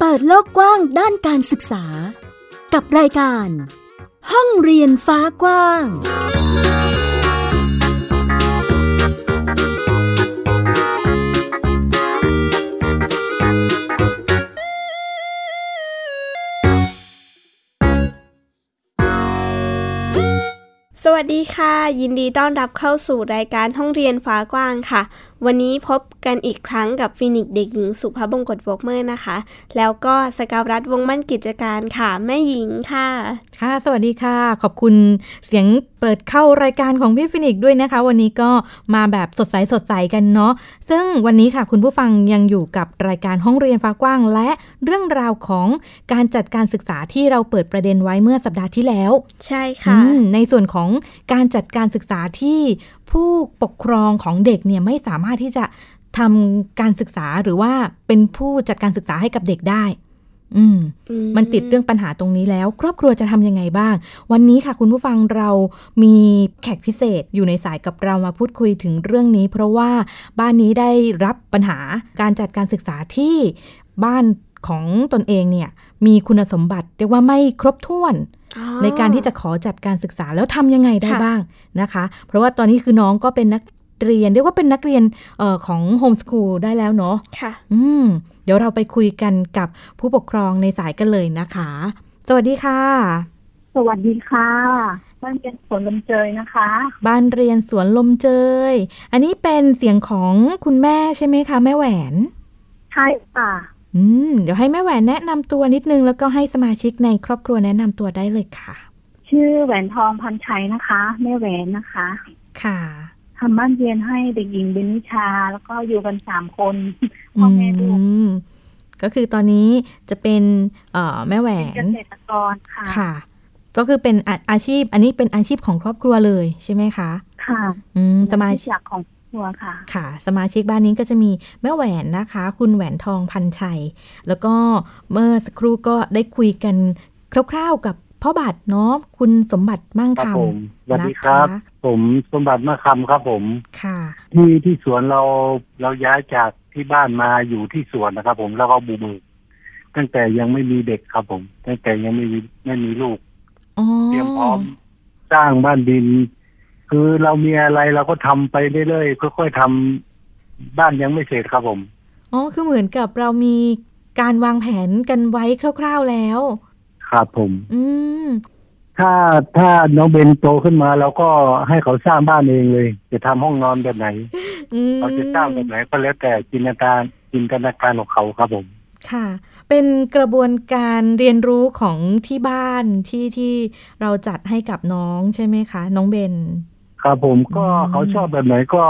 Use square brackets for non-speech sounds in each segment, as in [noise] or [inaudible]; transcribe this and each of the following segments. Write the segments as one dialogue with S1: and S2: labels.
S1: กว้างด้านการศึกษา กับรายการ ห้องเรียนฟ้ากว้าง
S2: สวัสดีค่ะ ยินดีต้อนรับเข้าสู่รายการห้องเรียนฟ้ากว้างค่ะ วันนี้พบกันอีกครั้งกับฟินิกซ์เด็กหญิงสุภาพบงกตวอกเมอร์นะคะ แล้วก็สกาวรัฐวงศ์มั่นกิจการค่ะ แม่หญิงค่ะ
S3: ค่ะ สวัสดีค่ะ ขอบคุณเสียงเปิดเข้ารายการของพี่ฟินิกส์ด้วยนะคะ วันนี้ก็มาแบบสดใสสดใสกันเนาะ ซึ่งวันนี้ค่ะคุณผู้ฟังยังอยู่กับรายการห้องเรียนฟ้ากว้าง และเรื่องราวของการจัดการศึกษาที่เราเปิดประเด็นไว้เมื่อสัปดาห์ที่แล้ว
S2: ใช่ค่ะ
S3: อืมในส่วนของการจัดการศึกษาที่ผู้ปกครองของเด็กเนี่ยไม่สามารถที่จะทำการศึกษาหรือว่าเป็นผู้จัดการศึกษาให้กับเด็กได้ อืม
S2: อืม
S3: มันติดเรื่องปัญหาตรงนี้แล้ว ครอบครัวจะทำยังไงบ้าง วันนี้ค่ะคุณผู้ฟังเรามีแขกพิเศษอยู่ในสายกับเรามาพูดคุยถึงเรื่องนี้ เพราะว่าบ้านนี้ได้รับปัญหาการจัดการศึกษาที่บ้านของตนเองเนี่ย มีคุณสมบัติเรียกว่าไม่ครบถ้วน
S2: อ๋อ
S3: ในการที่จะขอจัดการศึกษาแล้วทำยังไงได้
S2: ค่ะ
S3: บ้างนะคะ เพราะว่าตอนนี้คือน้องก็เป็นนักเรียน เรียกว่าเป็นนักเรียนเออของโฮมสคูลได้แล้วเนาะ
S2: ค่ะ
S3: อืม เดี๋ยวเราไปคุยกันกับผู้ปกครองในสายกันเลยนะคะ สวัสดีค่ะ
S4: สวัสดีค่ะบ้านเป็นสวนลมเจยนะคะ
S3: บ้านเรียนสวนลมเจย อันนี้เป็นเสียงของคุณแม่ใช่ไหมคะ แม่แหวน
S4: ใช่ค่ะ
S3: อืม เดี๋ยวให้แม่แหวนแนะนำตัวนิดนึง แล้วก็ให้สมาชิกในครอบครัวแนะนำตัวได้เลยค่ะ
S4: ชื่อแหวนทองพันชัยนะคะแม่แหวนนะคะ
S3: ค่ะ
S4: ทำบ้านเรียนให้เด็กหญิงเบนิชา แล้วก็อยู่กันสามคนพ่อแม่ลูก
S3: อืมก็คือตอนนี้จะเป็นเอ่อแม่แหว
S4: เป็น
S3: น
S4: เกษตรกรค่ะ
S3: ค่ะ ก็คือเป็นอาอาชีพ อันนี้เป็นอาชีพของครอบครัวเลยใช่ไหมคะ
S4: ค่ะ
S3: อืมสมาชิก
S4: หลักของครอบครัวค่ะ
S3: ค่ะ สมาชิกบ้านนี้ก็จะมีแม่แหวนนะคะ คุณแหวนทองพันชัย แล้วก็เมื่อสักครู่ก็ได้คุยกันคร่าวๆกับพ่อบัตรเนาะคุณสมบัติมั่ง
S5: ครับ
S3: คำ
S5: ผมสวัสดีครับ
S3: นะะ
S5: ผมสมบัติมาคำครับผม
S3: ค่ะ
S5: ที่ที่สวนเราเราย้ายจากที่บ้านมาอยู่ที่สวนนะครับ ผมแล้วก็บูมือ ตั้งแต่ยังไม่มีเด็กครับผม ตั้งแต่ยังไม่มีไม่มีลูก
S3: อ๋อ
S5: เตรียมพร้อม สร้างบ้านดิน คือเรามีอะไรเราก็ทำไปเรื่อยๆค่อยๆทำบ้านยังไม่เสร็จครับผม
S3: อ๋อ คือเหมือนกับเรามีการวางแผนกันไว้คร่าวๆแล้ว
S5: ครับผม
S3: อืม
S5: ถ้าถ้าน้องเบนโตขึ้นมาเราก็ให้เขาสร้างบ้านเองเลย จะทำห้องนอนแบบไหน
S3: อืม
S5: เขาจะสร้างแบบไหนก็แล้วแต่จินตนาการจินตนาการของเขาครับผม
S3: ค่ะ เป็นกระบวนการเรียนรู้ของที่บ้านที่ที่เราจัดให้กับน้องใช่ไหมคะ น้องเบน
S5: ครับผมก็
S3: อืม
S5: เขาชอบแบบไหนก็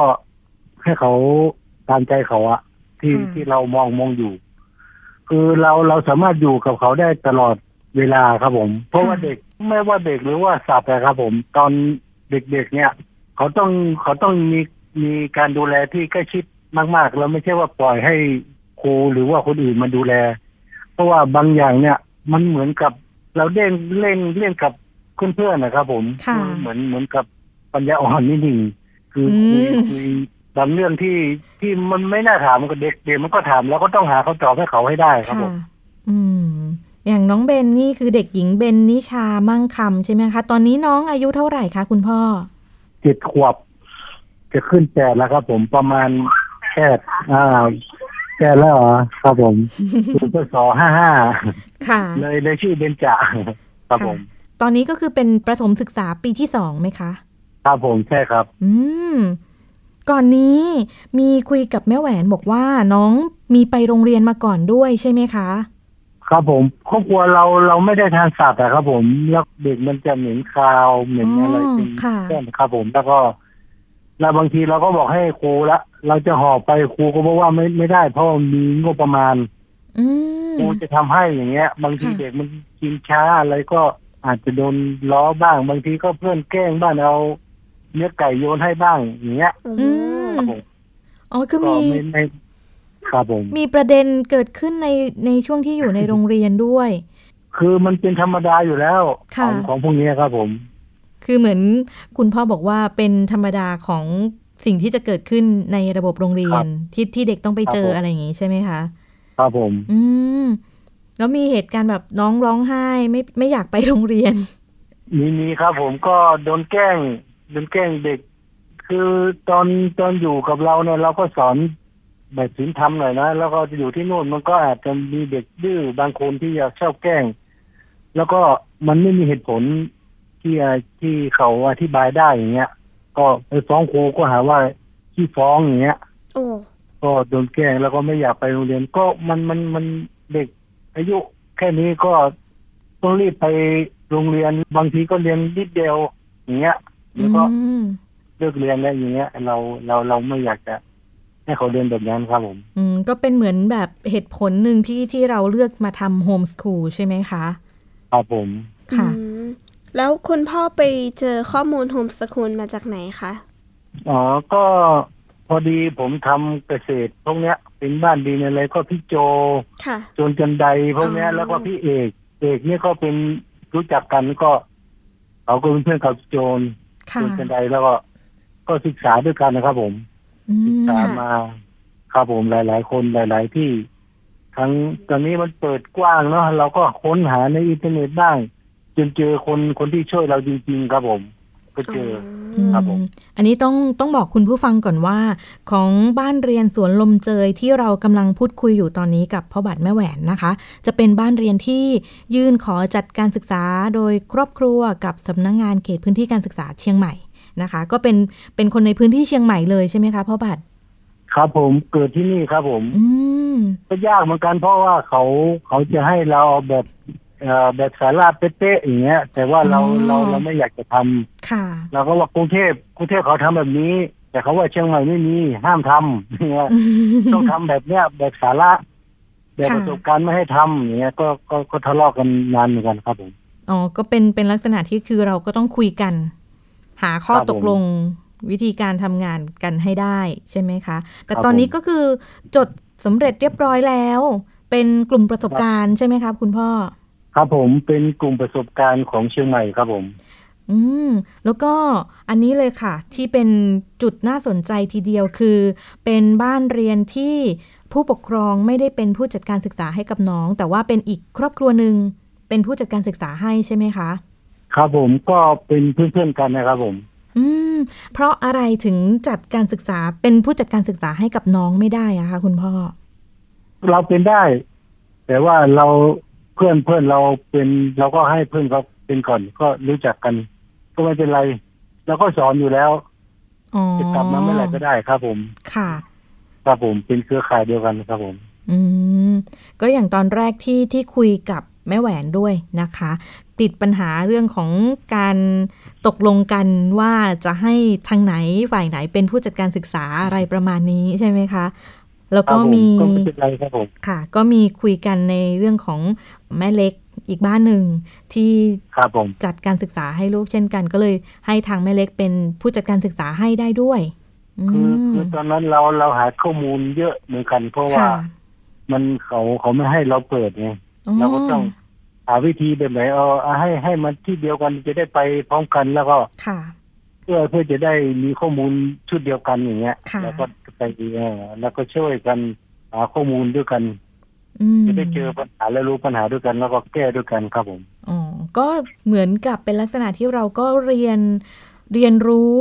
S5: ให้เขาตามใจเขาอะที่
S3: ค่ะ
S5: ที่เรามองมองอยู่ คือเราเราสามารถอยู่กับเขาได้ตลอดเวลาครับผม เพราะว่าเด็กไม่ว่าเด็กหรือว่าสัตว์นะครับผม ตอนเด็กๆเนี่ย เขาต้องเขาต้องมีมีการดูแลที่ใกล้ชิดมากๆแล้วไม่ใช่ว่าปล่อยให้ครูหรือว่าคนอื่นมาดูแล เพราะว่าบางอย่างเนี่ย มันเหมือนกับเราเล่นเล่นเล่นกับเพื่อนๆนะครับ ผม
S3: ค่ะ
S5: เหมือนเหมือนกับ ปัญญาอ่อนนิดหนึ่งคืออ
S3: ม
S5: คุยคุยบางเรื่องที่ที่มันไม่น่าถามกับเด็กเด็กมันก็ถามแล้วก็ต้องหาเขาตอบให้เขาให้ได้ครับ
S3: ค่ะ
S5: ผม
S3: อืม อย่างน้องเบนนี่คือเด็กหญิงเบนนิชามั่งคำใช่ไหมคะ ตอนนี้น้องอายุเท่าไหร่คะคุณพ่อ
S5: เจ็ดขวบ จะขึ้นแปดแล้วครับผมประมาณแปดอ่าแปดแล้วเหรอครับผม ศูนย์พศห้าห้า
S3: ค่ะ
S5: เลยเลยชื่อเบนจ่าครับผม
S3: ตอนนี้ก็คือเป็นประถมศึกษาปีที่สองไหมคะ
S5: ครับผมใช่ครับ
S3: อืม ก่อนนี้มีคุยกับแม่แหวนบอกว่าน้องมีไปโรงเรียนมาก่อนด้วยใช่ไหมคะ
S5: ครับผมครอบครัวเราเราไม่ได้ทานสัตว์อะครับผม แล้วเด็กมันจะเหม็นคาวเหม็นอะไร
S3: อ๋อ
S5: เป็น
S3: ค่ะ
S5: เส้นครับผมแล้วก็แล้วบางทีเราก็บอกให้ครูละเราจะห่อไปครูก็บอกว่าไม่ไม่ได้ เพราะมีงบประมาณ
S3: อืม
S5: ครูจะทำให้อย่างเงี้ย บางที
S3: ค่ะ
S5: เด็กมันกินช้าอะไรก็อาจจะโดนล้อบ้าง บางทีก็เพื่อนแกล้งบ้างเอาเนื้อไก่โยนให้บ้างอย่างเงี้ย
S2: อื
S3: อื
S2: ม
S3: ม
S5: ครับผม
S3: อ๋อ คือ
S5: ก็
S3: มี
S5: ไม่ไม่ครับผม
S3: มีประเด็นเกิดขึ้นในในช่วงที่อยู่ในโรงเรียนด้วย
S5: คือมันเป็นธรรมดาอยู่แล้วข
S3: ค่ะ
S5: องของพวกเนี้ยครับผม
S3: คือเหมือนคุณพ่อบอกว่าเป็นธรรมดาของสิ่งที่จะเกิดขึ้นในระบบโรงเรียนที่ที่เด็กต้องไปเจอ
S5: ครับผม
S3: อะไรอย่างงี้ใช่ไหมคะ
S5: ครับผม
S3: อืม แล้วมีเหตุการณ์แบบน้องร้องไห้ไม่ไม่อยากไปโรงเรียน
S5: มีมีครับ ผมก็โดนแกล้งโดนแกล้งเด็ก คือตอนตอนอยู่กับเราเนี่ย เราก็สอนแบบศีลธรรมหน่อยนะแล้วก็อยู่ที่นู่นมันก็อาจจะมีเด็กดื้อบางคนที่อยากชอบแกล้ง แล้วก็มันไม่มีเหตุผลที่อ่ะที่เขาอธิบายได้อย่างเงี้ย ก็ไปฟ้องครูก็หาว่าขี้ฟ้องอย่างเงี้ย
S2: โอ้
S5: ก็โดนแกล้งแล้วก็ไม่อยากไปโรงเรียน ก็มันมันมันเด็กอายุแค่นี้ก็ต้องรีบไปโรงเรียนบางทีก็เรียนนิดเดียวอย่างเงี้ย
S3: อื
S5: แล้วก็
S3: ม
S5: เลิกเรียนแล้วอย่างเงี้ย เราเราเราไม่อยากจะ ให้เขาเรียนแบบนั้นครับผม
S3: อืมก็เป็นเหมือนแบบเหตุผลหนึ่งที่ที่เราเลือกมาทำโฮมสคูลใช่ไหมคะ
S5: ครับผม
S3: ค่ะ
S2: อืมแล้วคุณพ่อไปเจอข้อมูลโฮมสกูลมาจากไหนคะ
S5: อ๋อ ก็พอดีผมทำเกษตรพวกเนี้ย เป็นบ้านดีในอะไรก็พี่โจ
S2: ค่ะ
S5: จนจันไดพวกเนี้ย
S2: อ๋อ
S5: แล้วก็พี่เอก เอกเนี่ยก็เป็นรู้จักกันก็เขาก็เป็นเพื่อนกับโจน
S3: ค่ะ
S5: จนกันใดแล้วก็ก็ศึกษาด้วยกันนะครับผม
S3: อื
S5: ศึก
S3: ม
S5: ษามาครับผมหลาย ๆ คนหลาย ๆ ที่ ทั้งตอนนี้มันเปิดกว้างเนาะเราก็ค้นหาในอินเทอร์เน็ตบ้าง จนเจอคนคนที่ช่วยเราจริง ๆ ครับผม ก็เจออ
S3: อืม
S5: ครับผม
S3: อันนี้ต้องต้องบอกคุณผู้ฟังก่อนว่า ของบ้านเรียนสวนลมเจยที่เรากำลังพูดคุยอยู่ตอนนี้กับพ่อบัตรแม่แหวนนะคะ จะเป็นบ้านเรียนที่ยื่นขอจัดการศึกษาโดยครอบครัวกับสำนักงานเขตพื้นที่การศึกษาเชียงใหม่นะคะ ก็เป็นเป็นคนในพื้นที่เชียงใหม่เลยใช่ไหมคะพ่อบัตร
S5: ครับผมเกิดที่นี่ครับผม
S3: อืม
S5: ก็ยากเหมือนกันเพราะว่าเขาเขาจะให้เราเอาแบบเอ่อแบบสาราเป๊ะๆอย่างเงี้ย แต่ว่าเรา
S3: อ๋อ
S5: เราเราไม่อยากจะทำ
S3: ค่ะ
S5: เราก็ว่ากรุงเทพกรุงเทพเขาทำแบบนี้ แต่เขาว่าเชียงใหม่ไม่มีห้ามทำ [laughs] อย่างเงี้ย ต้องทำแบบเนี้ยแบบสาระแบบ
S3: ค่ะ
S5: ประสบการณ์ไม่ให้ทำอย่างเงี้ยก็ก็ก็ทะเลาะกันนานเหมือนกันครับผม
S3: อ๋อ ก็เป็น เป็นลักษณะที่คือเราก็ต้องคุยกัน หาข้อ
S5: ครับผม
S3: ตกลงวิธีการทำงานกันให้ได้ใช่ไหมคะ แต่
S5: ครับ
S3: ตอนนี้
S5: ผม
S3: ก็คือจดสำเร็จเรียบร้อยแล้ว เป็นกลุ่มประสบการณ์ใช่ไหมครับคุณพ่อ
S5: ครับผมเป็นกลุ่มประสบการณ์ของเชียงใหม่ครับผม
S3: อืม แล้วก็อันนี้เลยค่ะ ที่เป็นจุดน่าสนใจทีเดียวคือ เป็นบ้านเรียนที่ผู้ปกครองไม่ได้เป็นผู้จัดการศึกษาให้กับน้อง แต่ว่าเป็นอีกครอบครัวหนึ่งเป็นผู้จัดการศึกษาให้ใช่ไหมคะ
S5: ครับผมก็เป็นเพื่อนๆกันนะครับผม
S3: อืม เพราะอะไรถึงจัดการศึกษาเป็นผู้จัดการศึกษาให้กับน้องไม่ได้อะคะคุณพ่อ
S5: เราเป็นได้ แต่ว่าเราเพื่อนเพื่อนเราเป็นเราก็ให้เพื่อนเขาเป็นก่อนก็รู้จักกัน ก็ไม่เป็นไรเราก็สอนอยู่แล้ว
S3: อ๋อ
S5: จะกลับมาเมื่อไหร่ก็ได้ครับผม
S3: ค่ะ
S5: ครับผมเป็นเครือข่ายเดียวกันครับผม
S3: อืม ก็อย่างตอนแรกที่ที่คุยกับแม่แหวนด้วยนะคะ ติดปัญหาเรื่องของการตกลงกันว่าจะให้ทางไหนฝ่ายไหนเป็นผู้จัดการศึกษาอะไรประมาณนี้ใช่ไหมคะ แล้ว
S5: ครั
S3: ก็
S5: บผม
S3: มี
S5: ก็ไม่เป็นไรครับผม
S3: ค่ะ ก็มีคุยกันในเรื่องของแม่เล็กอีกบ้านหนึ่งที่
S5: ครับผม
S3: จัดการศึกษาให้ลูกเช่นกันก็เลยให้ทางแม่เล็กเป็นผู้จัดการศึกษาให้ได้ด้วยอื
S5: คือ
S3: ม
S5: คือตอนนั้นเราเราหาข้อมูลเยอะเหมือนกัน เพราะว่า
S3: ค่ะ
S5: มันเขาเขาไม่ให้เราเปิดไง
S3: อ๋อ
S5: เราก็ต้องหาวิธีแบบไหนเอาเอาให้ให้มันที่เดียวกันจะได้ไปพร้อมกันแล้วก็
S3: ค่ะ
S5: เพื่อเพื่อจะได้มีข้อมูลชุดเดียวกันอย่างเงี้ย
S3: ค่ะ
S5: แล้วก็ไปเออแล้วก็ช่วยกันหาข้อมูลด้วยกัน
S3: อืม
S5: จะได้เจอปัญหาและรู้ปัญหาด้วยกัน แล้วก็แก้ด้วยกันครับผม
S3: อ๋อก็เหมือนกับเป็นลักษณะที่เราก็เรียนเรียนรู้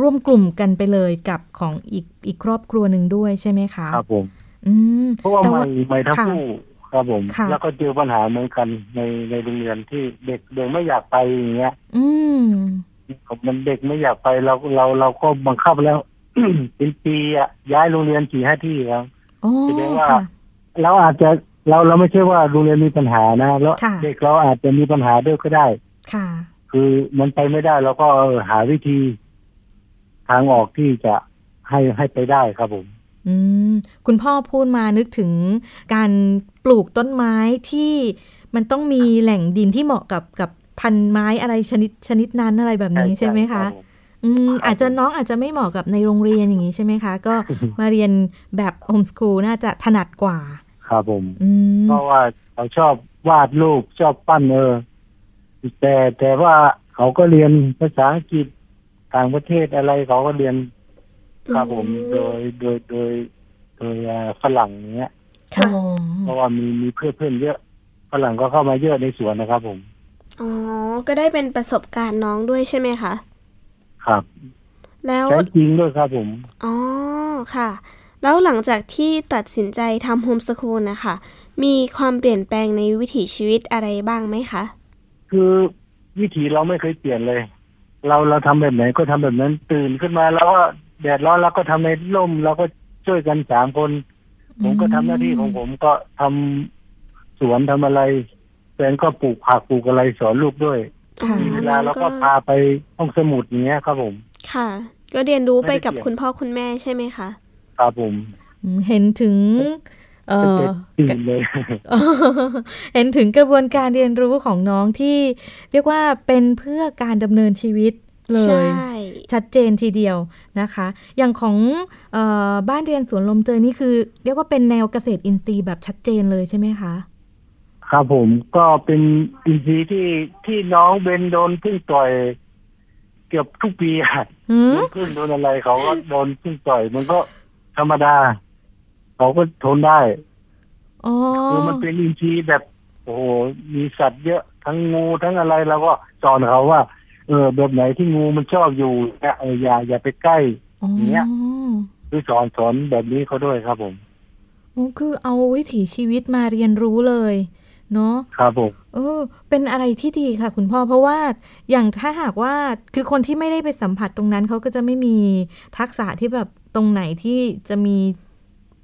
S3: ร่วมกลุ่มกันไปเลยกับของอีกอีกครอบครัวหนึ่งด้วยใช่ไหมคะ
S5: ครับผม
S3: อืม
S5: เพราะว่า
S3: แต่
S5: ใหม่ใหม่ทั้ง
S3: ค่ะ
S5: คู่ครับผม
S3: ค่ะ
S5: แล้วก็เจอปัญหาเหมือนกันในในโรงเรียนที่เด็กเด็กไม่อยากไปอย่างเงี้ย
S3: อืม
S5: มันเด็กไม่อยากไปเราเราเราก็บังคับแล้ว [coughs] เป็นปีอะย้ายโรงเรียนกี่ห้าที่ครับ
S3: อ๋อ
S5: แสดงว่า
S3: ค่ะ
S5: เราอาจจะเราเราไม่ใช่ว่าโรงเรียนมีปัญหานะแล้ว
S3: ค่ะ
S5: เด็กเราอาจจะมีปัญหาด้วยก็ได้
S3: ค่ะ
S5: คือมันไปไม่ได้เราก็เออหาวิธี ทางออกที่จะให้ให้ไปได้ครับผม
S3: อืมคุณพ่อพูดมานึกถึงการปลูกต้นไม้ที่มันต้องมีแหล่งดินที่เหมาะกับกับพันธุ์ไม้อะไรชนิดชนิดนั้นอะไรแบบนี้ใช่ไหมคะอืมอาจจะน้องอาจจะไม่เหมาะกับในโรงเรียนอย่างนี้ใช่ไหมคะ [laughs] ก็มาเรียนแบบโฮมสคูลน่าจะถนัดกว่า
S5: ครับผม
S3: อืม
S5: เพราะว่าเขาชอบวาดรูปชอบปั้นเออแต่แต่ว่าเขาก็เรียนภาษาอังกฤษต่างประเทศอะไรเขาก็เรียน ครับผมโดยโดยโดยโดยอ่าฝรั่งเนี้ย
S3: ค่ะ
S5: เพราะว่ามีมีเพื่อนเพื่อนเยอะ ฝรั่งก็เข้ามาเยอะในสวนนะครับ ผม
S2: อ๋อ ก็ได้เป็นประสบการณ์น้องด้วยใช่ไหมคะ
S5: ครับ
S2: แล้ว
S5: ใช้จริงด้วยครับผม
S2: อ๋อ ค่ะ แล้วหลังจากที่ตัดสินใจทำโฮมสคูลนะคะ มีความเปลี่ยนแปลงในวิถีชีวิตอะไรบ้างไหมคะ
S5: คือวิถีเราไม่เคยเปลี่ยนเลย เราเราทำแบบไหนก็ทำแบบนั้นตื่นขึ้นมา แล้วก็แดดร้อนเราก็ทำในร่มเราก็ช่วยกันสามคน ผมก็ทำหน้าที่ของผมก็ทำสวนทำอะไรแฟนก็ปลูกผักปลูกอะไรสอนลูกด้วย
S3: ค่ะ
S2: อ๋อ
S5: มีเวลา
S2: น้
S5: เรา
S2: อง
S5: ก็พาไปห้องสมุดอย่างเงี้ยครับผม
S2: ค่ะ ก็เรียนรู้ไปกับ
S5: ไม่ได้เปลี่ยน
S2: คุณพ่อคุณแม่ใช่ไหมคะ
S5: ครับผม
S3: อืมเห็นถึงเอ่ [laughs] อ
S5: เป็นเด็กตื่นเลย
S3: เออเห็นถึงกระบวนการเรียนรู้ของน้องที่เรียกว่าเป็นเพื่อการดำเนินชีวิตเล
S2: ใช่
S3: ย ชัดเจนทีเดียวนะคะ อย่างของเออบ้านเรียนสวนลมเจยนี่คือ เรียกว่าเป็นแนวเกษตรอินทรีย์แบบชัดเจนเลยใช่ไหมคะ
S5: ครับผมก็เป็นอินทรีย์ที่ที่น้องเบนโดนพึ่งต่อยเกือบทุกปีอะ
S3: อืม
S5: โดนพึ่งโดนอะไรเขาก็โดนพึ่งต่อย มันก็ธรรมดา เขาก็ทนได้
S3: อ๋อ
S5: คือมันเป็นอินทรีย์แบบ โอ้โหมีสัตว์เยอะทั้งงูทั้งอะไรแล้วก็สอนเขาว่า เออแบบไหนที่งูมันชอบอยู่เนี่ยเอออย่าอย่าไปใกล้
S3: อ๋อ
S5: เนี่ย คือสอนสอนแบบนี้เขาด้วยครับผม
S3: อ๋อคือเอาวิถีชีวิตมาเรียนรู้เลยเนาะ
S5: ครับผม
S3: เออเป็นอะไรที่ดีค่ะ คุณพ่อเพราะว่าอย่างถ้าหากว่าคือคนที่ไม่ได้ไปสัมผัสตรงนั้นเขาก็จะไม่มีทักษะที่แบบตรงไหนที่จะมี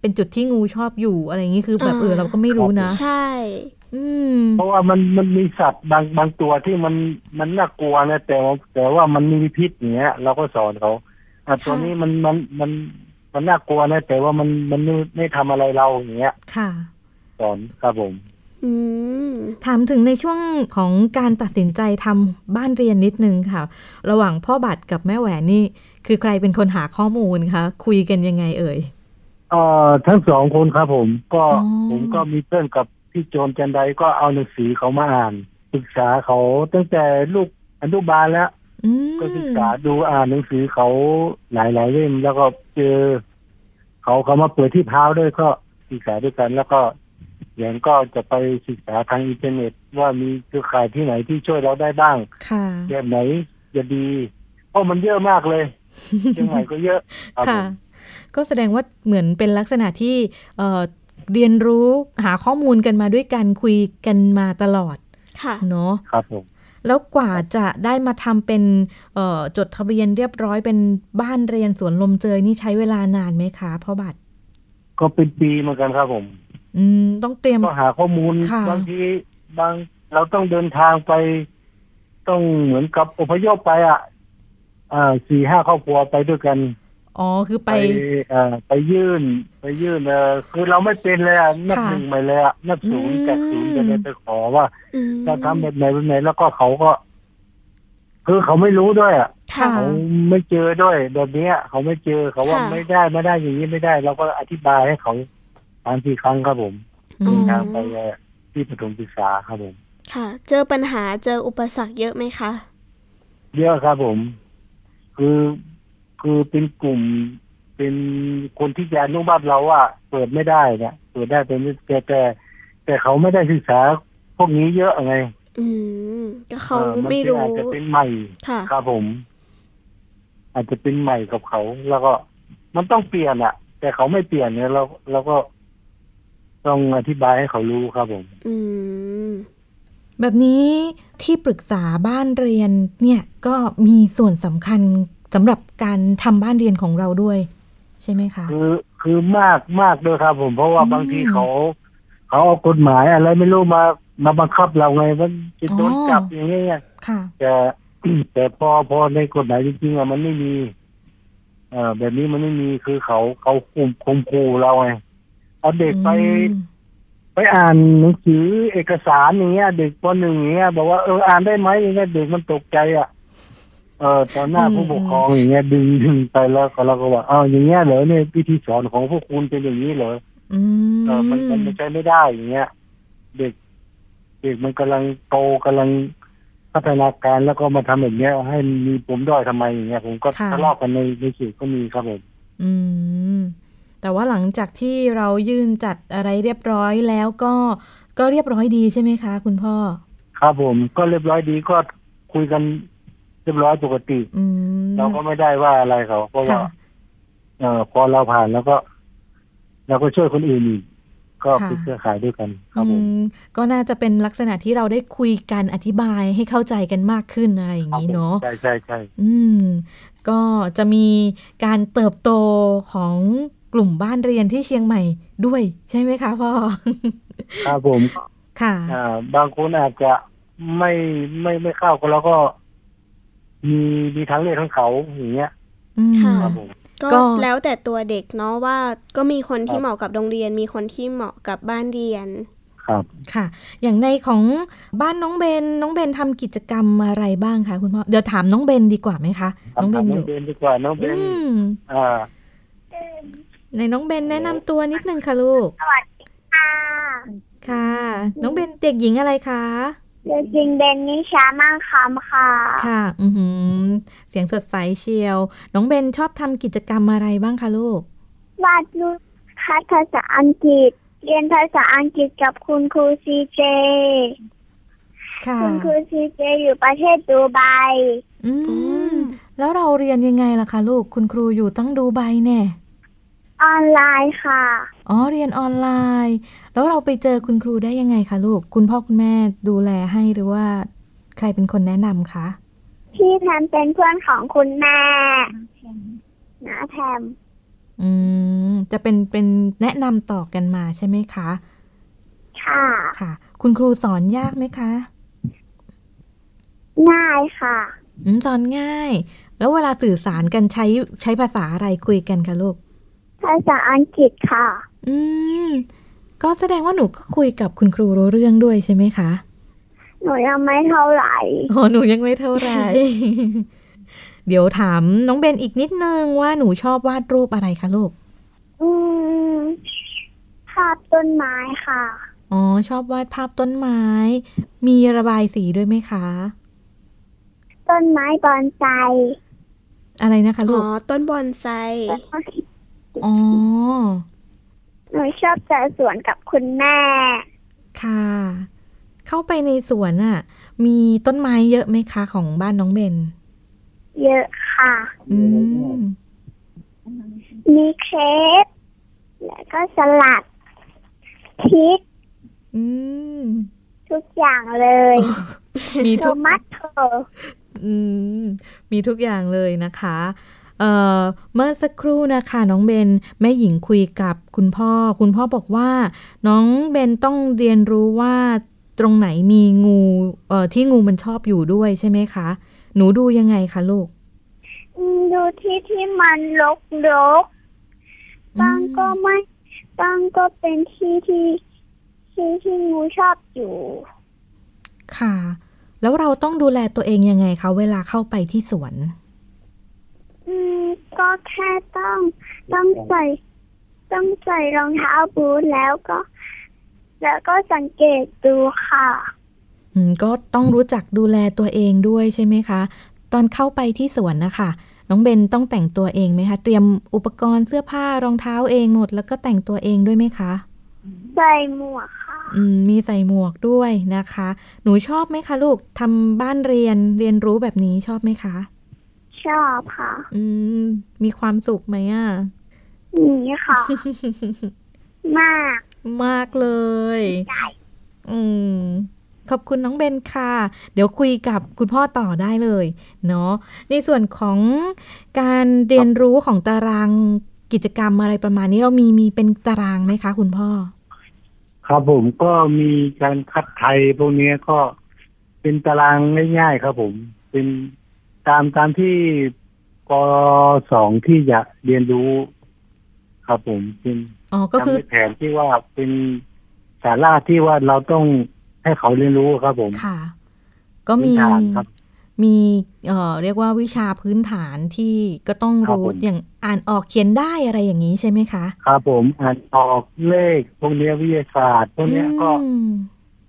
S3: เป็นจุดที่งูชอบอยู่อะไรอย่างนี้คือแบบ
S2: อ่า
S3: เออเราก็ไม่รู้นะ
S2: ใช่
S3: อืม
S5: เพราะว่ามันมันมีสัตว์บางบางตัวที่มันมันน่ากลัวนะแต่ว่าแต่ว่ามันมีพิษอย่างเงี้ยเราก็สอนเขาอ่ะตัวนี้มันมันมันมันน่ากลัวนะแต่ว่ามันมันไม่ไม่ทำอะไรเราอย่างเงี้ย
S3: ค่ะ
S5: สอนครับผม
S2: อืม
S3: ถามถึงในช่วงของการตัดสินใจทำบ้านเรียนนิดนึงค่ะ ระหว่างพ่อบัตรกับแม่แหวนนี่ คือใครเป็นคนหาข้อมูลคะคุยกันยังไงเอ่ย
S5: เอ่อทั้งสองคนครับผม ก็
S3: อ๋อ
S5: ผมก็มีเพื่อนกับพี่โจนจันไดก็เอาหนังสือเขามาอ่านศึกษาเขาตั้งแต่ลูกอนุบาลแล้ว
S3: อืม
S5: ก็ศึกษาดูอ่านหนังสือเขาหลายหลายๆเล่มแล้วก็เจอ เขาเขามาเปิดที่พร้าวด้วยก็ศึกษาด้วยกัน แล้วก็อย่างก็จะไปศึกษาทางอินเทอร์เน็ต ว่ามีเครือข่ายที่ไหนที่ช่วยเราได้บ้าง
S3: ค่ะ
S5: แบบไหนจะดีเพราะมันเยอะมาก
S3: [laughs]
S5: เลยเชียงใหม่ก็เยอะรับ
S3: ค่ะ
S5: ผม
S3: ก็แสดงว่าเหมือนเป็นลักษณะที่เอ่อเรียนรู้หาข้อมูลกันมาด้วยกันคุยกันมาตลอด
S2: ค่ะ
S3: เนาะ
S5: ครับผม
S3: แล้วกว่าจะได้มาทำเป็นเอ่อจดทะเบียนเรียบร้อยเป็นบ้านเรียนสวนลมเจยนี่ใช้เวลานานไหมคะพ่อบัตร
S5: ก็เป็นปีเหมือนกันครับผม
S3: อืมต้องเตรียม
S5: ก็หาข้อมูล
S3: ค่ะ
S5: บางทีบางเราต้องเดินทางไป ต้องเหมือนกับอพยพไปอ่ะอ่าสี่ห้าครอบครัวไปด้วยกัน
S3: อ๋อคือไป
S5: ไปเอ่อไปยื่น ไปยื่นเออคือเราไม่เป็นเลยอะนับ
S3: ค่ะ
S5: หนึ่งไปเลยอะนับศูนย์
S3: อืม
S5: จากศูนย์จะได้ไปขอว่า
S2: อืม
S5: เราทำแบบไหนแบบไหนแล้วก็เขาก็ คือเขาไม่รู้ด้วยอะ
S3: ค่ะ
S2: ค่ะ
S5: เขาไม่เจอด้วยแบบเนี้ย เขาไม่เจอเขาว่า
S2: ค่ะ
S5: ไม่ได้ไม่ได้อย่างนี้ไม่ได้ เราก็อธิบายให้เขาสามสี่ครั้งครับผม
S3: อื
S5: เดิ
S3: ม
S5: นทางไปเอ่อที่ปฐมศึกษาครับผม
S2: ค่ะ เจอปัญหาเจออุปสรรคเยอะไหมคะ
S5: เยอะครับผม คือคือเป็นกลุ่มเป็นคนที่จะอนุบัติเราว่าเปิดไม่ได้เนี่ยเปิดได้เป็นแต่แต่ แต่เขาไม่ได้ศึกษาพวกนี้เยอะไง
S2: อืม ก็เขา
S5: อ่อ
S2: ไม่
S5: นเป็น
S2: รู้
S5: อาจจะเป็นใหม่
S2: ค่ะ
S5: ครับผม อาจจะเป็นใหม่กับเขา แล้วก็มันต้องเปลี่ยนอะแต่เขาไม่เปลี่ยนเนี่ยเราเราก็ต้องอธิบายให้เขารู้ครับผม
S2: อืม
S3: แบบนี้ที่ปรึกษาบ้านเรียนเนี่ยก็มีส่วนสำคัญสำหรับการทำบ้านเรียนของเราด้วย ใช่ไหมคะ
S5: คือคือมากมากด้วยครับผมเพราะว่า
S3: อืม
S5: บางทีเขาเขาเอากฎหมายอะไรไม่รู้มามาบังคับเราไงว่าจะโดน
S3: อ๋อ
S5: จับอย่างนี้ไง
S3: ค่ะ
S5: แต่ แต่พอพอในกฎหมายจริงๆอะมันไม่มี เอ่อแบบนี้มันไม่มีคือเขาเขาคุมคุมคูเราไงเอาเด็กไป
S3: อืม
S5: ไปอ่านหนังสือเอกสารอย่างเงี้ย เด็กปหนึ่งอย่างเงี้ยบอกว่าเอออ่านได้ไหมอย่างเงี้ยเด็กมันตกใจอ่ะเออตอนหน้าผู้ปกครองอย่างเงี้ยดึงดึงไปแล้วก็เราก็ว่าอ้าวอย่างเงี้ยเหรอเนี่ยวิธีสอนของพวกคุณเป็นอย่างนี้เหรอ
S3: อืม
S5: เออมันมันมันใช้ไม่ได้อย่างเงี้ย เด็ก เด็กมันกำลังโตกำลังพัฒนาการแล้วก็มาทำแบบเนี้ย ให้มีผมด้อยทำไมอย่างเงี้ยผมก็ทะเลาะกันในในสื่อก็มีครับผม
S3: อืมแต่ว่าหลังจากที่เรายื่นจัดอะไรเรียบร้อยแล้วก็ ก็เรียบร้อยดีใช่ไหมคะ คุณพ่อ
S5: ครับผมก็เรียบร้อยดีก็คุยกันเรียบร้อยปกติ
S3: อืม
S5: เราก็ไม่ได้ว่าอะไรเขาเพราะว่า
S3: ค่ะ
S5: เออพอเราผ่านแล้วก็เราก็ช่วยคนอื่นอีกก็
S3: ค่ะ
S5: เป็นเครือข่ายด้วยกัน ครับผม
S3: อืมก็น่าจะเป็นลักษณะที่เราได้คุยกันอธิบายให้เข้าใจกันมากขึ้นอะไรอย่างนี้เนาะ
S5: ใช่ใช่ใช่
S3: อืม ก็จะมีการเติบโตของกลุ่มบ้านเรียนที่เชียงใหม่ด้วยใช่ไหมคะพ่อ [laughs]
S5: ครับผม
S3: ค่ะ
S5: อ่าบางคนอาจจะไม่ไม่ไม่เข้าก็แล้วก็ มีมีทางเลือกของเขาอย่างเงี้ย
S3: อืม
S2: ค่ะ
S5: ครับผม
S3: ก็
S2: ก็แล้วแต่ตัวเด็กเนาะว่าก็มีคนที่
S5: ครับ
S2: เหมาะกับโรงเรียน มีคนที่เหมาะกับบ้านเรียน
S5: ครับ
S3: ค่ะ อย่างในของบ้านน้องเบน น้องเบนทำกิจกรรมอะไรบ้างคะคุณพ่อ เดี๋ยวถามน้องเบนดีกว่าไหมคะ
S5: ครับ
S3: น้องเบน
S5: ถาม
S3: อยู่
S5: เบนดีกว่าน้องเบ
S3: อื
S5: น
S3: ม
S5: อ่า
S3: ในน้องเบนแนะนำตัวนิดนึงค่ะลูก
S6: ค่ะ
S3: ค่ะ น้องเบนเด็กหญิงอะไรคะ
S6: เด็กหญิงเบนนิชามั่งคำค่ะ
S3: ค่ะ อือหือ เสียงสดใสเชียว น้องเบนชอบทำกิจกรรมอะไรบ้างคะลูก
S6: วาดรูปคัดภาษาอังกฤษ เรียนภาษาอังกฤษกับคุณครูซีเจ
S3: ค่ะ
S6: คุณครูซีเจอยู่ประเทศดูไบ
S3: อืม
S2: ม
S3: แล้วเราเรียนยังไงล่ะคะลูก คุณครูอยู่ตั้งดูใบแน่
S6: ออนไลน์ค่ะ
S3: อ๋อ เรียนออนไลน์ แล้วเราไปเจอคุณครูได้ยังไงคะลูก คุณพ่อคุณแม่ดูแลให้หรือว่า ใครเป็นคนแนะนำคะ
S6: พี่แพมเป็นเพื่อนของคุณแม่นะแพม
S3: อืม จะเป็นเป็นแนะนำต่อกันมาใช่ไหมคะ
S6: ค่ะ
S3: ค่ะ คุณครูสอนยากไหมคะ
S6: ง่ายค่ะ
S3: อืมสอนง่าย แล้วเวลาสื่อสารกันใช้ใช้ภาษาอะไรคุยกันคะลูก
S6: ภาษาอังกฤษค่ะ
S3: อืม ก็แสดงว่าหนูก็คุยกับคุณครูรู้เรื่องด้วยใช่ไหมคะ
S6: หนูยังไม่เท่าไหร่
S3: โอ้หนูยังไม่เท่าไหร่ [laughs] เดี๋ยวถามน้องเบนอีกนิดนึงว่าหนูชอบวาดรูปอะไรคะลูก
S6: อืมภาพต้นไม้ค่ะ
S3: อ๋อ ชอบวาดภาพต้นไม้ มีระบายสีด้วยไหมคะ
S6: ต้นไม้บอนไซ
S3: อะไรนะคะ
S2: อ๋
S3: ลู
S2: อก ต้นบอนไซ
S3: อ๋อ
S6: หนูชอบเจอสวนกับคุณแม่
S3: ค่ะ เข้าไปในสวนอะ่ะ มีต้นไม้เยอะไหมคะของบ้านน้องเบน
S6: เยอะค่ะ
S3: อืม
S6: มีเครปแล้วก็สลัดพริก
S3: อืม
S6: ทุกอย่างเลย
S3: มี
S6: โท
S3: ทุก
S6: มัตโต
S3: อืมมีทุกอย่างเลยนะคะ เอ่อเมื่อสักครู่นะคะน้องเบนแม่หญิงคุยกับคุณพ่อ คุณพ่อบอกว่า น้องเบนต้องเรียนรู้ว่าตรงไหนมีงูเอ่อที่งูมันชอบอยู่ด้วยใช่ไหมคะ หนูดูยังไงคะลูก
S6: อืมดูที่ที่มันรกรกๆบางก็ไม่บางก็เป็นที่ที่ที่ที่งูชอบอยู่
S3: ค่ะ แล้วเราต้องดูแลตัวเองยังไงคะเวลาเข้าไปที่สวน
S6: อืม ก็แค่ต้องต้องใส่ ต้องใส่รองเท้าบูทแล้วก็ แล้วก็สังเกตดูค่ะ
S3: อืมก็ต้องรู้จักดูแลตัวเองด้วยใช่ไหมคะ ตอนเข้าไปที่สวนนะคะ น้องเบนต้องแต่งตัวเองไหมคะ เตรียมอุปกรณ์เสื้อผ้ารองเท้าเองหมด แล้วก็แต่งตัวเองด้วยไหมคะ
S6: ใส่หมวกค่ะ
S3: อืมมีใส่หมวกด้วยนะคะ หนูชอบไหมคะลูกทำบ้านเรียนเรียนรู้แบบนี้ชอบไหมคะ
S6: ชอบค่ะ
S3: อืมมีความสุขไหมอะ
S6: นี่
S3: [laughs]
S6: ค่ะ มาก
S3: มากเลย อืม ขอบคุณน้องเบนค่ะ เดี๋ยวคุยกับคุณพ่อต่อได้เลย เนาะ ในส่วนของการเรียนรู้ของตารางกิจกรรมอะไรประมาณนี้เรามีมีเป็นตารางไหมคะ คุณพ่อ
S5: ครับผมก็มีการคัดไทยพวกเนี้ยก็เป็นตารางง่ายๆครับผม เป็นตามตามที่ปสองที่จะเรียนรู้ ครับผมเป็น
S3: อ๋อ ก็คือ
S5: ทำเป็นแผนที่ว่าเป็นสาระที่ว่าเราต้องให้เขาเรียนรู้ครับผม
S3: ค่ะ ก็มี
S5: พื้นฐานครับ
S3: มีเอ่อเรียกว่าวิชาพื้นฐานที่ก็ต้อง
S5: ครับ
S3: รู้
S5: ผม
S3: อย่างอ่านออกเขียนได้อะไรอย่างนี้ใช่ไหมคะ
S5: ครับผมอ่านออกเลขพวกเนี้ยวิทยาศาสตร์พวกเนี้ยก็
S3: อืม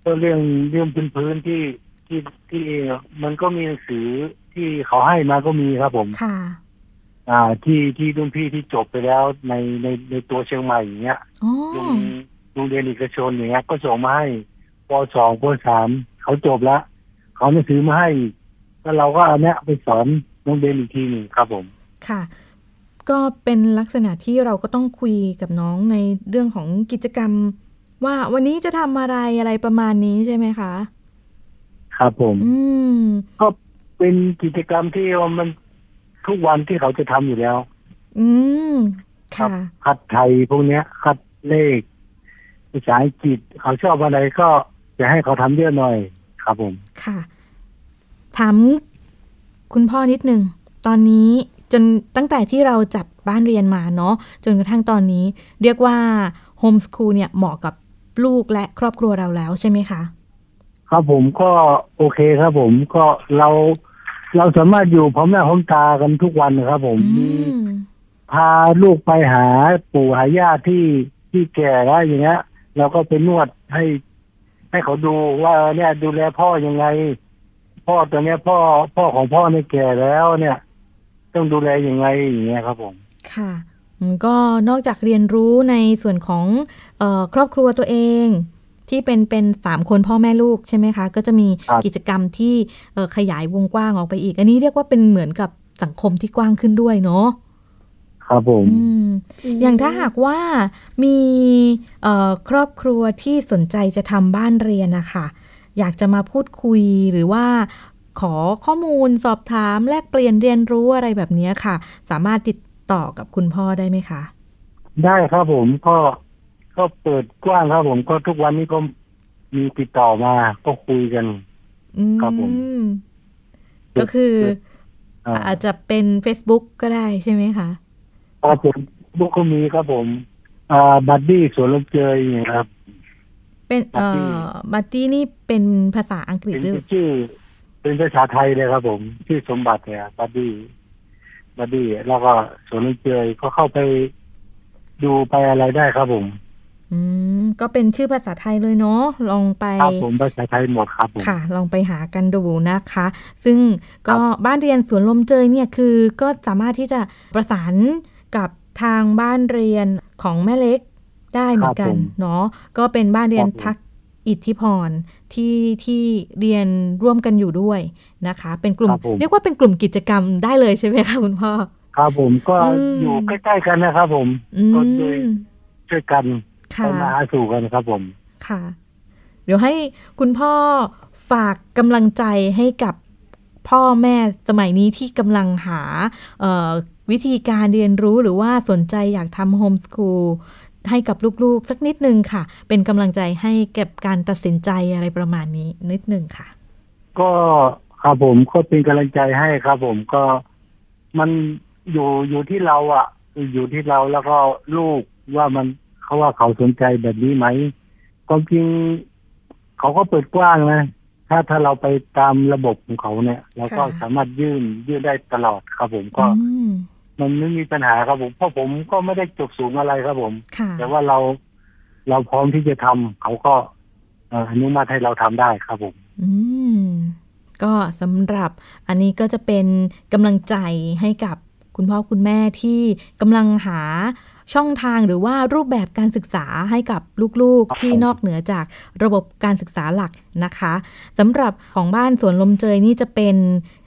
S5: ก็เรื่องเรื่องพื้นๆที่ที่ที่มันก็มีหนังสือที่เขาให้มาก็มีครับผม
S3: ค่ะ
S5: อ่าที่ที่รุ่นพี่ที่จบไปแล้วในในในตัวเชียงใหม่อย่างเงี้ย
S3: อ๋อ
S5: โรงโรงเรียนเอกชนอย่างเงี้ยก็ส่งมาให้ ปสองปสามเขาจบแล้วเขาไม่ซื้อมาให้อีกแล้วเราก็เอาเนี้ยไปสอนน้องเบนอีกทีหนึ่งครับผม
S3: ค่ะ ก็เป็นลักษณะที่เราก็ต้องคุยกับน้องในเรื่องของกิจกรรม ว่าวันนี้จะทำอะไรอะไรประมาณนี้ใช่ไหมคะ
S5: ครับผม
S3: อืม
S5: ก็เป็นกิจกรรมที่ว่ามันทุกวันที่เขาจะทำอยู่แล้ว
S3: อืม
S5: ครั
S3: ค่ะ
S5: บ คัดไทยพวกเนี้ย คัดเลขภาษาอังกฤษเขาชอบอะไรก็จะให้เขาทำเยอะหน่อย ครับผม
S3: ค่ะ ถามคุณพ่อนิดนึง ตอนนี้จนตั้งแต่ที่เราจัดบ้านเรียนมาเนาะจนกระทั่งตอนนี้ เรียกว่าโฮมสคูลเนี่ยเหมาะกับลูกและครอบครัวเราแล้วใช่ไหมคะ
S5: ครับผมก็โอเคครับผมก็เราเราสามารถอยู่พร้อมหน้าพร้อมตากันทุกวันนะครับ ผม
S3: อื
S5: มี
S3: ม
S5: พาลูกไปหาปู่หาย่าที่ที่แก่แล้วอย่างเงี้ยเราก็ไปนวดให้ ให้เขาดูว่าเนี่ยดูแลพ่อยังไง พ่อตัวเนี้ย พ่อพ่อของพ่อเนี่ยแก่แล้วเนี่ย ต้องดูแลยังไงอย่างเงี้ยครับผม
S3: ค่ะอืมก็นอกจากเรียนรู้ในส่วนของเออครอบครัวตัวเอง ที่เป็นเป็นสามคนพ่อแม่ลูกใช่ไหมคะ ก็จะมี
S5: ครับ
S3: กิจกรรมที่เอ่อขยายวงกว้างออกไปอีก อันนี้เรียกว่าเป็นเหมือนกับสังคมที่กว้างขึ้นด้วยเนาะ
S5: ครับผม
S3: อืม อย่างถ้าหากว่ามีเอ่อครอบครัวที่สนใจจะทำบ้านเรียนนะคะอยากจะมาพูดคุยหรือว่า ขอข้อมูลสอบถามแลกเปลี่ยนเรียนรู้อะไรแบบเนี้ยค่ะ สามารถติดต่อกับคุณพ่อได้ไหมคะ
S5: ได้ครับผมก็ก็เปิดกว้างครับผมก็ทุกวันนี้ก็มีติดต่อมาก็คุยกัน
S3: อื
S5: ครับผม
S3: ม ก็คือ
S5: อ่า
S3: อาจจะเป็น Facebook ก็ได้ใช่ไหมคะ
S5: ครับผมบุกก็มีครับผมอ่าบัดดี้สวนลำเจยอย่างเงี้ยครับ
S3: เป็นเอ่
S5: บัดดี้
S3: อบัตตี้นี่เป็นภาษาอังกฤษ
S5: เป็น
S3: หรือ
S5: ชื่อ เป็นภาษาไทยเลยครับผมชื่อสมบัติเนี่ยบัดดี้บัดดี้แล้วก็สวนลำเจยก็เข้าไปดูไปอะไรได้ครับผม
S3: อืมก็เป็นชื่อภาษาไทยเลยเนาะลองไป
S5: ครับผมภาษาไทยหมดครับผม
S3: ค่ะ ลองไปหากันดูนะคะ ซึ่งก็บ้านเรียนสวนลมเจยเนี่ยคือก็สามารถที่จะประสานกับทางบ้านเรียนของแม่เล็กได้เหมือนกัน
S5: ครับผม
S3: เนาะก็เป็นบ้านเรียน
S5: ครับผม
S3: ทักอิทธิพรที่ที่เรียนร่วมกันอยู่ด้วยนะคะ เป็นกลุ่ม
S5: ครับผม
S3: เรียกว่าเป็นกลุ่มกิจกรรมได้เลยใช่ไหมคะคุณพ่อ
S5: ครับผมก็
S3: อืม
S5: อยู่ใกล้ๆกันนะครับผม
S3: อื
S5: ก็ช่วย
S3: ม
S5: ช่วยกัน
S3: ค่ะ
S5: ไปมาหาสู่กันครับผม
S3: ค่ะ เดี๋ยวให้คุณพ่อฝากกำลังใจให้กับพ่อแม่สมัยนี้ที่กำลังหาเอ่อวิธีการเรียนรู้หรือว่าสนใจอยากทำโฮมสคูลให้กับลูกๆ สักนิดนึงค่ะ เป็นกำลังใจให้เก็บการตัดสินใจอะไรประมาณนี้นิดนึงค่ะ
S5: ก็ครับผมก็เป็นกำลังใจให้ครับผมก็มันอยู่อยู่ที่เราอะ่ะ อยู่ที่เราแล้วก็ลูกว่ามันเขาว่าเขาสนใจแบบนี้ไหมความจริงเขาก็เปิดกว้างนะถ้าถ้าเราไปตามระบบของเขาเนี่ยเราก็
S3: ค่ะ
S5: สามารถยื่นยื่นได้ตลอดครับผมก็
S3: อืม
S5: มันไม่มีปัญหาครับผมเพราะผมก็ไม่ได้จบสูงอะไรครับผม
S3: ค่ะ
S5: แต่ว่าเราเราพร้อมที่จะทำเขาก็เอ่ออนุมัติให้เราทำได้ครับผม
S3: อืม ก็สำหรับอันนี้ก็จะเป็นกำลังใจให้กับคุณพ่อคุณแม่ที่กำลังหาช่องทางหรือว่ารูปแบบการศึกษาให้กับลูกๆ ที่นอกเหนือจากระบบการศึกษาหลักนะคะสำหรับของบ้านสวนลมเจยนี่จะเป็น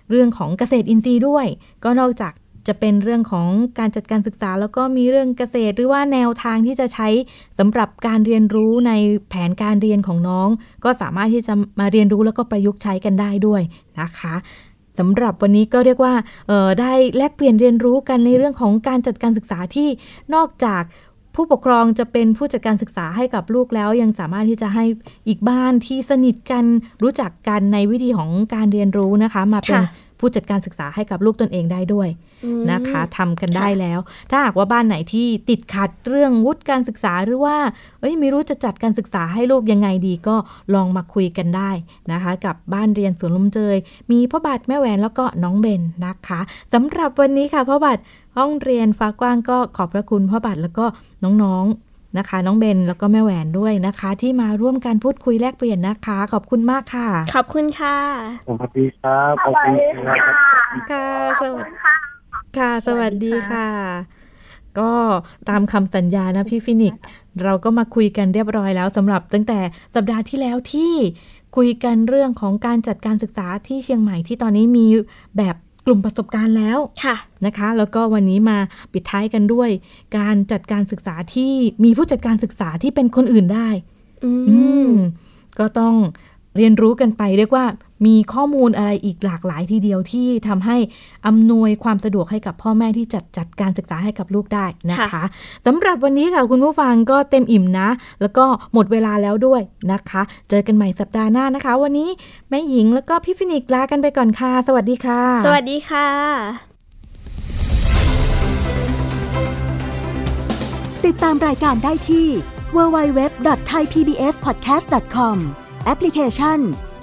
S3: เรื่องของเกษตรอินทรีย์ด้วย ก็นอกจากจะเป็นเรื่องของการจัดการศึกษา แล้วก็มีเรื่องเกษตรหรือว่าแนวทางที่จะใช้สำหรับการเรียนรู้ในแผนการเรียนของน้อง ก็สามารถที่จะมาเรียนรู้แล้วก็ประยุกต์ใช้กันได้ด้วยนะคะ สำหรับวันนี้ก็เรียกว่าเอ่อได้แลกเปลี่ยนเรียนรู้กันในเรื่องของการจัดการศึกษาที่นอกจากผู้ปกครองจะเป็นผู้จัดการศึกษาให้กับลูกแล้ว ยังสามารถที่จะให้อีกบ้านที่สนิทกันรู้จักกันในวิธีของการเรียนรู้นะคะ มาเป็น
S2: ค่ะ
S3: ผู้จัดการศึกษาให้กับลูกตนเองได้ด้วย
S2: อืม
S3: นะคะทำกันได้แล้ว ถ้าหากว่าบ้านไหนที่ติดขัดเรื่องวุฒิการศึกษาหรือว่าเอ้ยไม่รู้จะจัดการศึกษาให้ลูกยังไงดีก็ลองมาคุยกันได้นะคะ กับบ้านเรียนสวนลมเจย มีพ่อบาทแม่แหวนแล้วก็น้องเบนนะคะสำหรับวันนี้ค่ะพ่อบาทห้องเรียนฟ้ากว้างก็ขอบพระคุณพ่อบาทแล้วก็น้องๆนะคะ น้องเบนแล้วก็แม่แหวนด้วยนะคะ ที่มาร่วมการพูดคุยแลกเปลี่ยนนะคะ ขอบคุณมากค่ะ
S2: ขอบคุณค่ะ
S5: สวัสดีครับ
S6: สวัสดี
S5: รับ
S6: ค่ะ
S3: ค่ะ
S6: ขอบคุณค่ะ
S3: ค่ะ สวัสดีค่ะ ก็ตามคำสัญญานะพี่ฟินิกซ์เราก็มาคุยกันเรียบร้อยแล้วสำหรับตั้งแต่สัปดาห์ที่แล้วที่คุยกันเรื่องของการจัดการศึกษาที่เชียงใหม่ที่ตอนนี้มีแบบกลุ่มประสบการณ์แล้ว
S2: ค่ะ
S3: นะคะแล้วก็วันนี้มาปิดท้ายกันด้วย การจัดการศึกษาที่มีผู้จัดการศึกษาที่เป็นคนอื่นได้
S2: อื
S3: อื
S2: ม
S3: มก็ต้องเรียนรู้กันไปเรียกว่ามีข้อมูลอะไรอีกหลากหลายทีเดียวที่ทำให้อำนวยความสะดวกให้กับพ่อแม่ที่จัดจัดการศึกษาให้กับลูกได้นะคะ
S2: ค่ะ
S3: สำหรับวันนี้ค่ะคุณผู้ฟังก็เต็มอิ่มนะ แล้วก็หมดเวลาแล้วด้วยนะคะ เจอกันใหม่สัปดาห์หน้านะคะ วันนี้แม่หญิงแล้วก็พี่ฟินิกซ์ลากันไปก่อนค่ะ สวัสดีค่ะ
S2: สวัสดีค่ะ
S1: ติดตามรายการได้ที่ www.thaipbspodcast.com แอปพลิเคชัน